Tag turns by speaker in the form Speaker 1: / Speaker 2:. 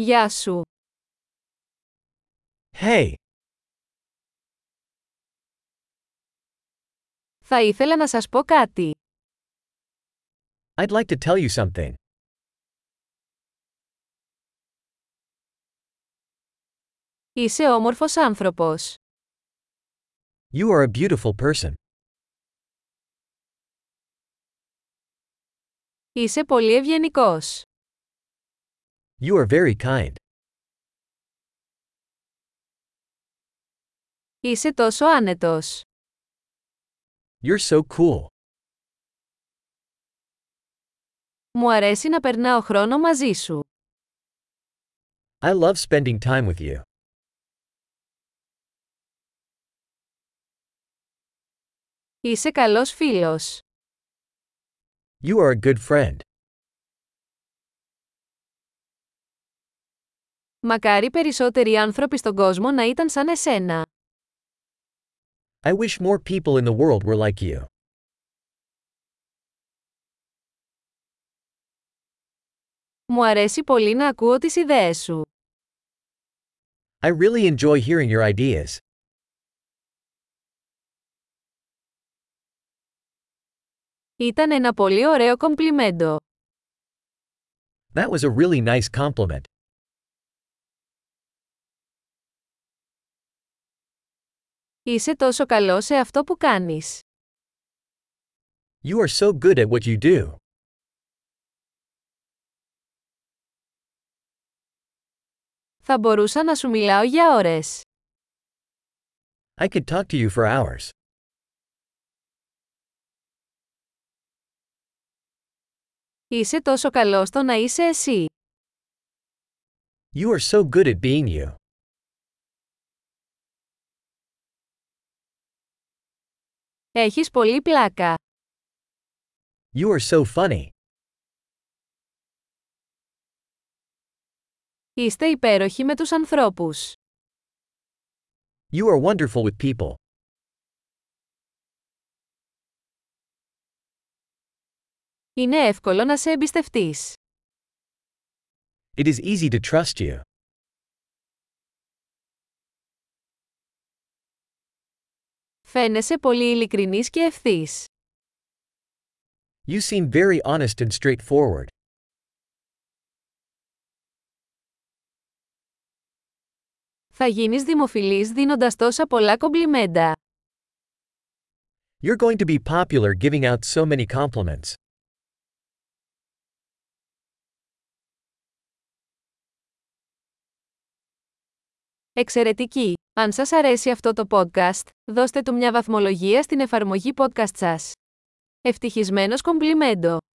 Speaker 1: Γεια σου.
Speaker 2: Hey,
Speaker 1: Θα ήθελα να σας πω κάτι.
Speaker 2: I'd like to tell you something.
Speaker 1: Είσαι όμορφος άνθρωπος.
Speaker 2: You are a beautiful person.
Speaker 1: Είσαι πολύ ευγενικός.
Speaker 2: You are very kind.
Speaker 1: Είσαι τόσο άνετος.
Speaker 2: You're so cool.
Speaker 1: Μου αρέσει να περνάω χρόνο μαζί σου.
Speaker 2: I love spending time with you.
Speaker 1: Είσαι καλός φίλος.
Speaker 2: You are a good friend.
Speaker 1: Μακάρι περισσότεροι άνθρωποι στον κόσμο να ήταν σαν εσένα.
Speaker 2: I wish more people in the world were like you.
Speaker 1: Μου αρέσει πολύ να ακούω τις ιδέες σου.
Speaker 2: I really enjoy hearing your ideas.
Speaker 1: Ήταν ένα πολύ ωραίο κομπλιμέντο.
Speaker 2: That was a really nice compliment.
Speaker 1: Είσαι τόσο καλός σε αυτό που κάνεις.
Speaker 2: You are so good at what you do.
Speaker 1: Θα μπορούσα να σου μιλάω για ώρες.
Speaker 2: I could talk to you for hours.
Speaker 1: Είσαι τόσο καλός στο να είσαι εσύ.
Speaker 2: You are so good at being you.
Speaker 1: Έχεις πολύ πλάκα.
Speaker 2: You are so funny.
Speaker 1: Είστε υπέροχοι με τους ανθρώπους.
Speaker 2: You are wonderful with people.
Speaker 1: Είναι εύκολο να σε εμπιστευτείς.
Speaker 2: It is easy to trust you.
Speaker 1: Φαίνεσαι πολύ ειλικρινής και ευθύς.
Speaker 2: You seem very honest and straightforward.
Speaker 1: Θα γίνεις δημοφιλής δίνοντας τόσα πολλά κομπλιμέντα.
Speaker 2: You're going to be popular giving out so many compliments.
Speaker 1: Εξαιρετική! Αν σας αρέσει αυτό το podcast, δώστε του μια βαθμολογία στην εφαρμογή podcast σας. Ευτυχισμένος κομπλιμέντο!